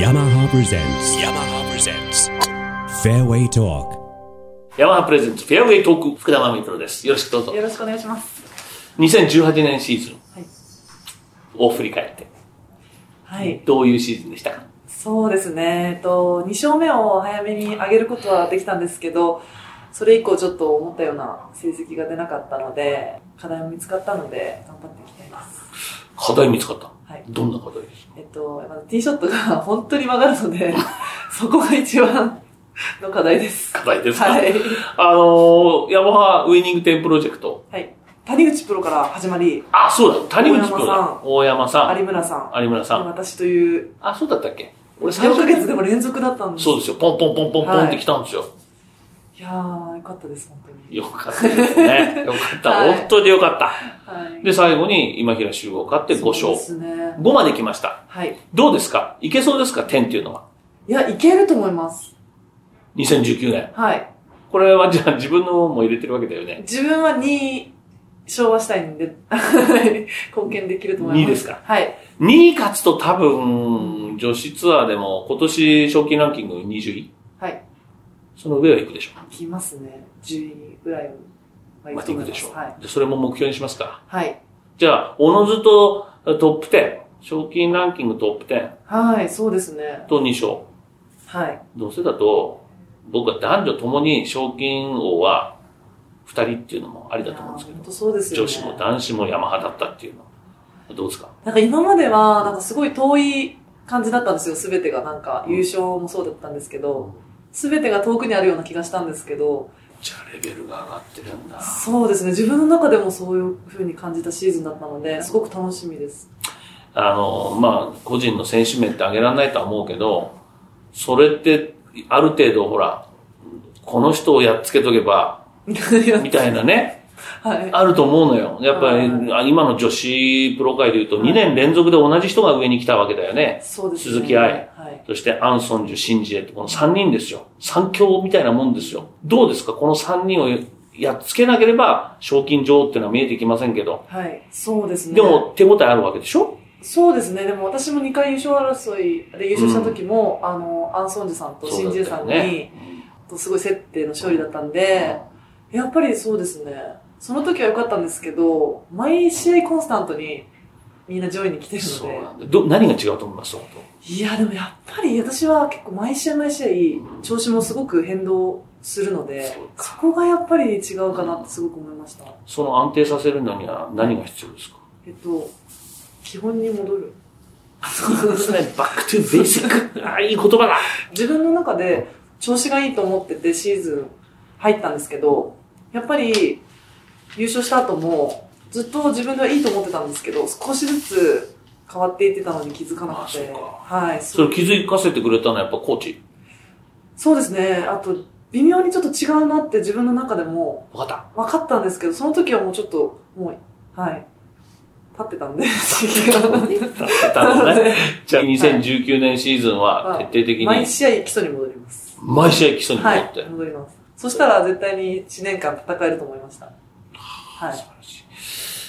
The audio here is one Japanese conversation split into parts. yamaha presents yamaha presents fairway talk ヤマハプレゼンツフェアウェイトーク福田真美プロです。よろしくどうぞ。よろしくお願いします。 2018年シーズンはい。を振り返って、はい。どういうシーズンでしたかそうですね。えっと、2勝目を早めに上げることはできたんですけど、それ以降ちょっと思ったような成績が出なかったので、課題も見つかったので、頑張っていきたいです。課題見つかった。はい。どんな課題ですえっと、まずティーショットが 本当に曲がるので、 そこが一番 の課題です。課題ですか、はい。あのー、ヤマハウィニングテンプロジェクト。はい。谷口プロから始まり、あ、そうだ、谷口プロだ。大山さん。有村さん、有村さん。私という、あ、そうだったっけ俺最4ヶ初月でも連続だったんです。そうですよ。ポンポンポンポンポンって来たんですよ。いやー、よかったです、本当に。よかったです ね。よかった。はい本当によかった。はい。で、最後に今平集合勝って5そう勝で。すね。 5まで来ました。はい。どうですかいけそうですか ?10 っていうのは。いや、いけると思います。 2019年。はい。これはじゃあ自分のも入れてるわけだよね。自分は2勝はしたいんで、 はい貢献できると思います。 2ですかはい。 2位勝つと多分、女子ツアーでも今年賞金ランキング20位はい。その上は行くでしょいきますね。10位ぐらいはう。いまくあ、と行く思いでましす。ょう。はい。でそれも目標にしますか。はい。じゃあ、おのずとトップ10。賞金ランキングトップ10はい、そうですね。と2勝。はい。どうせだと、僕は男女ともに賞金王は2人っていうのもありだと思うんですけいやー本ど、当そうですよ女ね。子も男子もヤマハだったっていうの。どうですかなんか今までは、なんかすごい遠い感じだったんですよ、すべてが。なんか優勝もそうだったんですけど、すべてが遠くにあるような気がしたんですけど、じゃあレベルが上がってるんだ。そうですね。自分の中でもそういう風に感じたシーズンだったので、すごく楽しみです。あの、まあ、個人の選手名ってあげられないとは思うけど、それって、ある程度、ほら、この人をやっつけとけば、みたいなね、 はい。あると思うのよ。やっぱり、は今の女子プロ界でいうと、はい2年連続で同じ人が上に来たわけだよね。そうですね。鈴木愛。はい。そして、アンソンジュ、シンジエって、この3人ですよ。三強みたいなもんですよ。どうですかこの3人をやっつけなければ、賞金女王っていうのは見えてきませんけど。はい。そうですね。でも、手応えあるわけでしょそうですね。でも私も2回優勝争いで優勝した時も、あの、アンソンジュさんとシンジュさんそに、うだったよねとすごい設定の勝利だったんで、やっぱりそうですね。その時は良かったんですけど、毎試合コンスタントにみんな上位に来てるそうなのんだ。ど、何が違うと思います本当で。いや、でもやっぱり私は結構毎試合毎試合、調子もすごく変動するのでそう、かそこがやっぱり違うかなってすごく思いました。その安定させるのには何が必要ですか、えっと、基本に戻る。 そうですね。バックトゥベーシック。ああ、いい言葉だ。自分の中で調子がいいと思っててシーズン入ったんですけど、やっぱり優勝した後もずっと自分ではいいと思ってたんですけど、少しずつ変わっていってたのに気づかなくて。あそうはい。そそれ気づかせてくれたのはやっぱコーチ。そうですね。あと、微妙にちょっと違うなって自分の中でもわかっ分かったんですけど、その時はもうちょっと、もう、はい。立ってたんで、た。だってたの ね。じゃあ2019年シーズンは徹底的に毎試合基礎に戻ります。毎試合基礎に戻はっいて。。戻ります。そしたら絶対に1年間戦えると思いました。はい。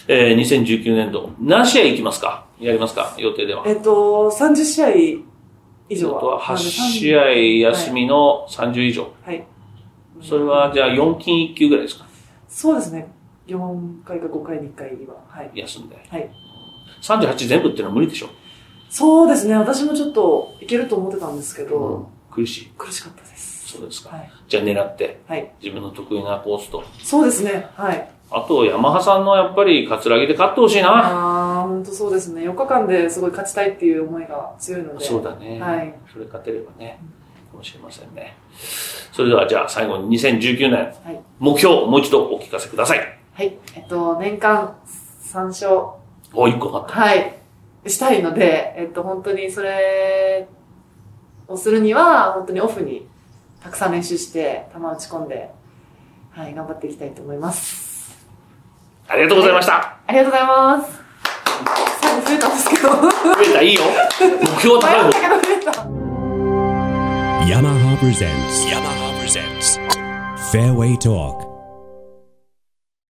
えー、2019年度。何試合行きますかやりますか予定では。えっと、30試合以あと上は。は8試合休みの30以上。はい。はい。それはじゃあ4金1級ぐらいですかそうですね。4回か5回に1回は。はい。休んで。はい。 38全部っていうのは無理でしょそうですね。私もちょっといけると思ってたんですけうんど、苦しい。苦しかったです。そうですか。はい。じゃあ狙って、はい。自分の得意なコースと。そうですね。はい。あと、ヤマハさんのやっぱり、カツラギで勝ってほしいな。あー、ほんとそうですね。4日間ですごい勝ちたいっていう思いが強いので。そうだね。はい。それ勝てればね、かもしれませんね。それでは、じゃあ最後に2019年、はい。目標、もう一度お聞かせください。はい。えっと、年間3勝お、一個上がった。はい。したいので、えっと、本当にそれをするには、本当にオフにたくさん練習して、球打ち込んで、はい、頑張っていきたいと思います。ありがとうございました。ありがとうございます。最後増えたんですけ ど。増えた、いいよ。目標高い迷方っ。たけど増えた。 yamaha presents yamaha presents fairway talk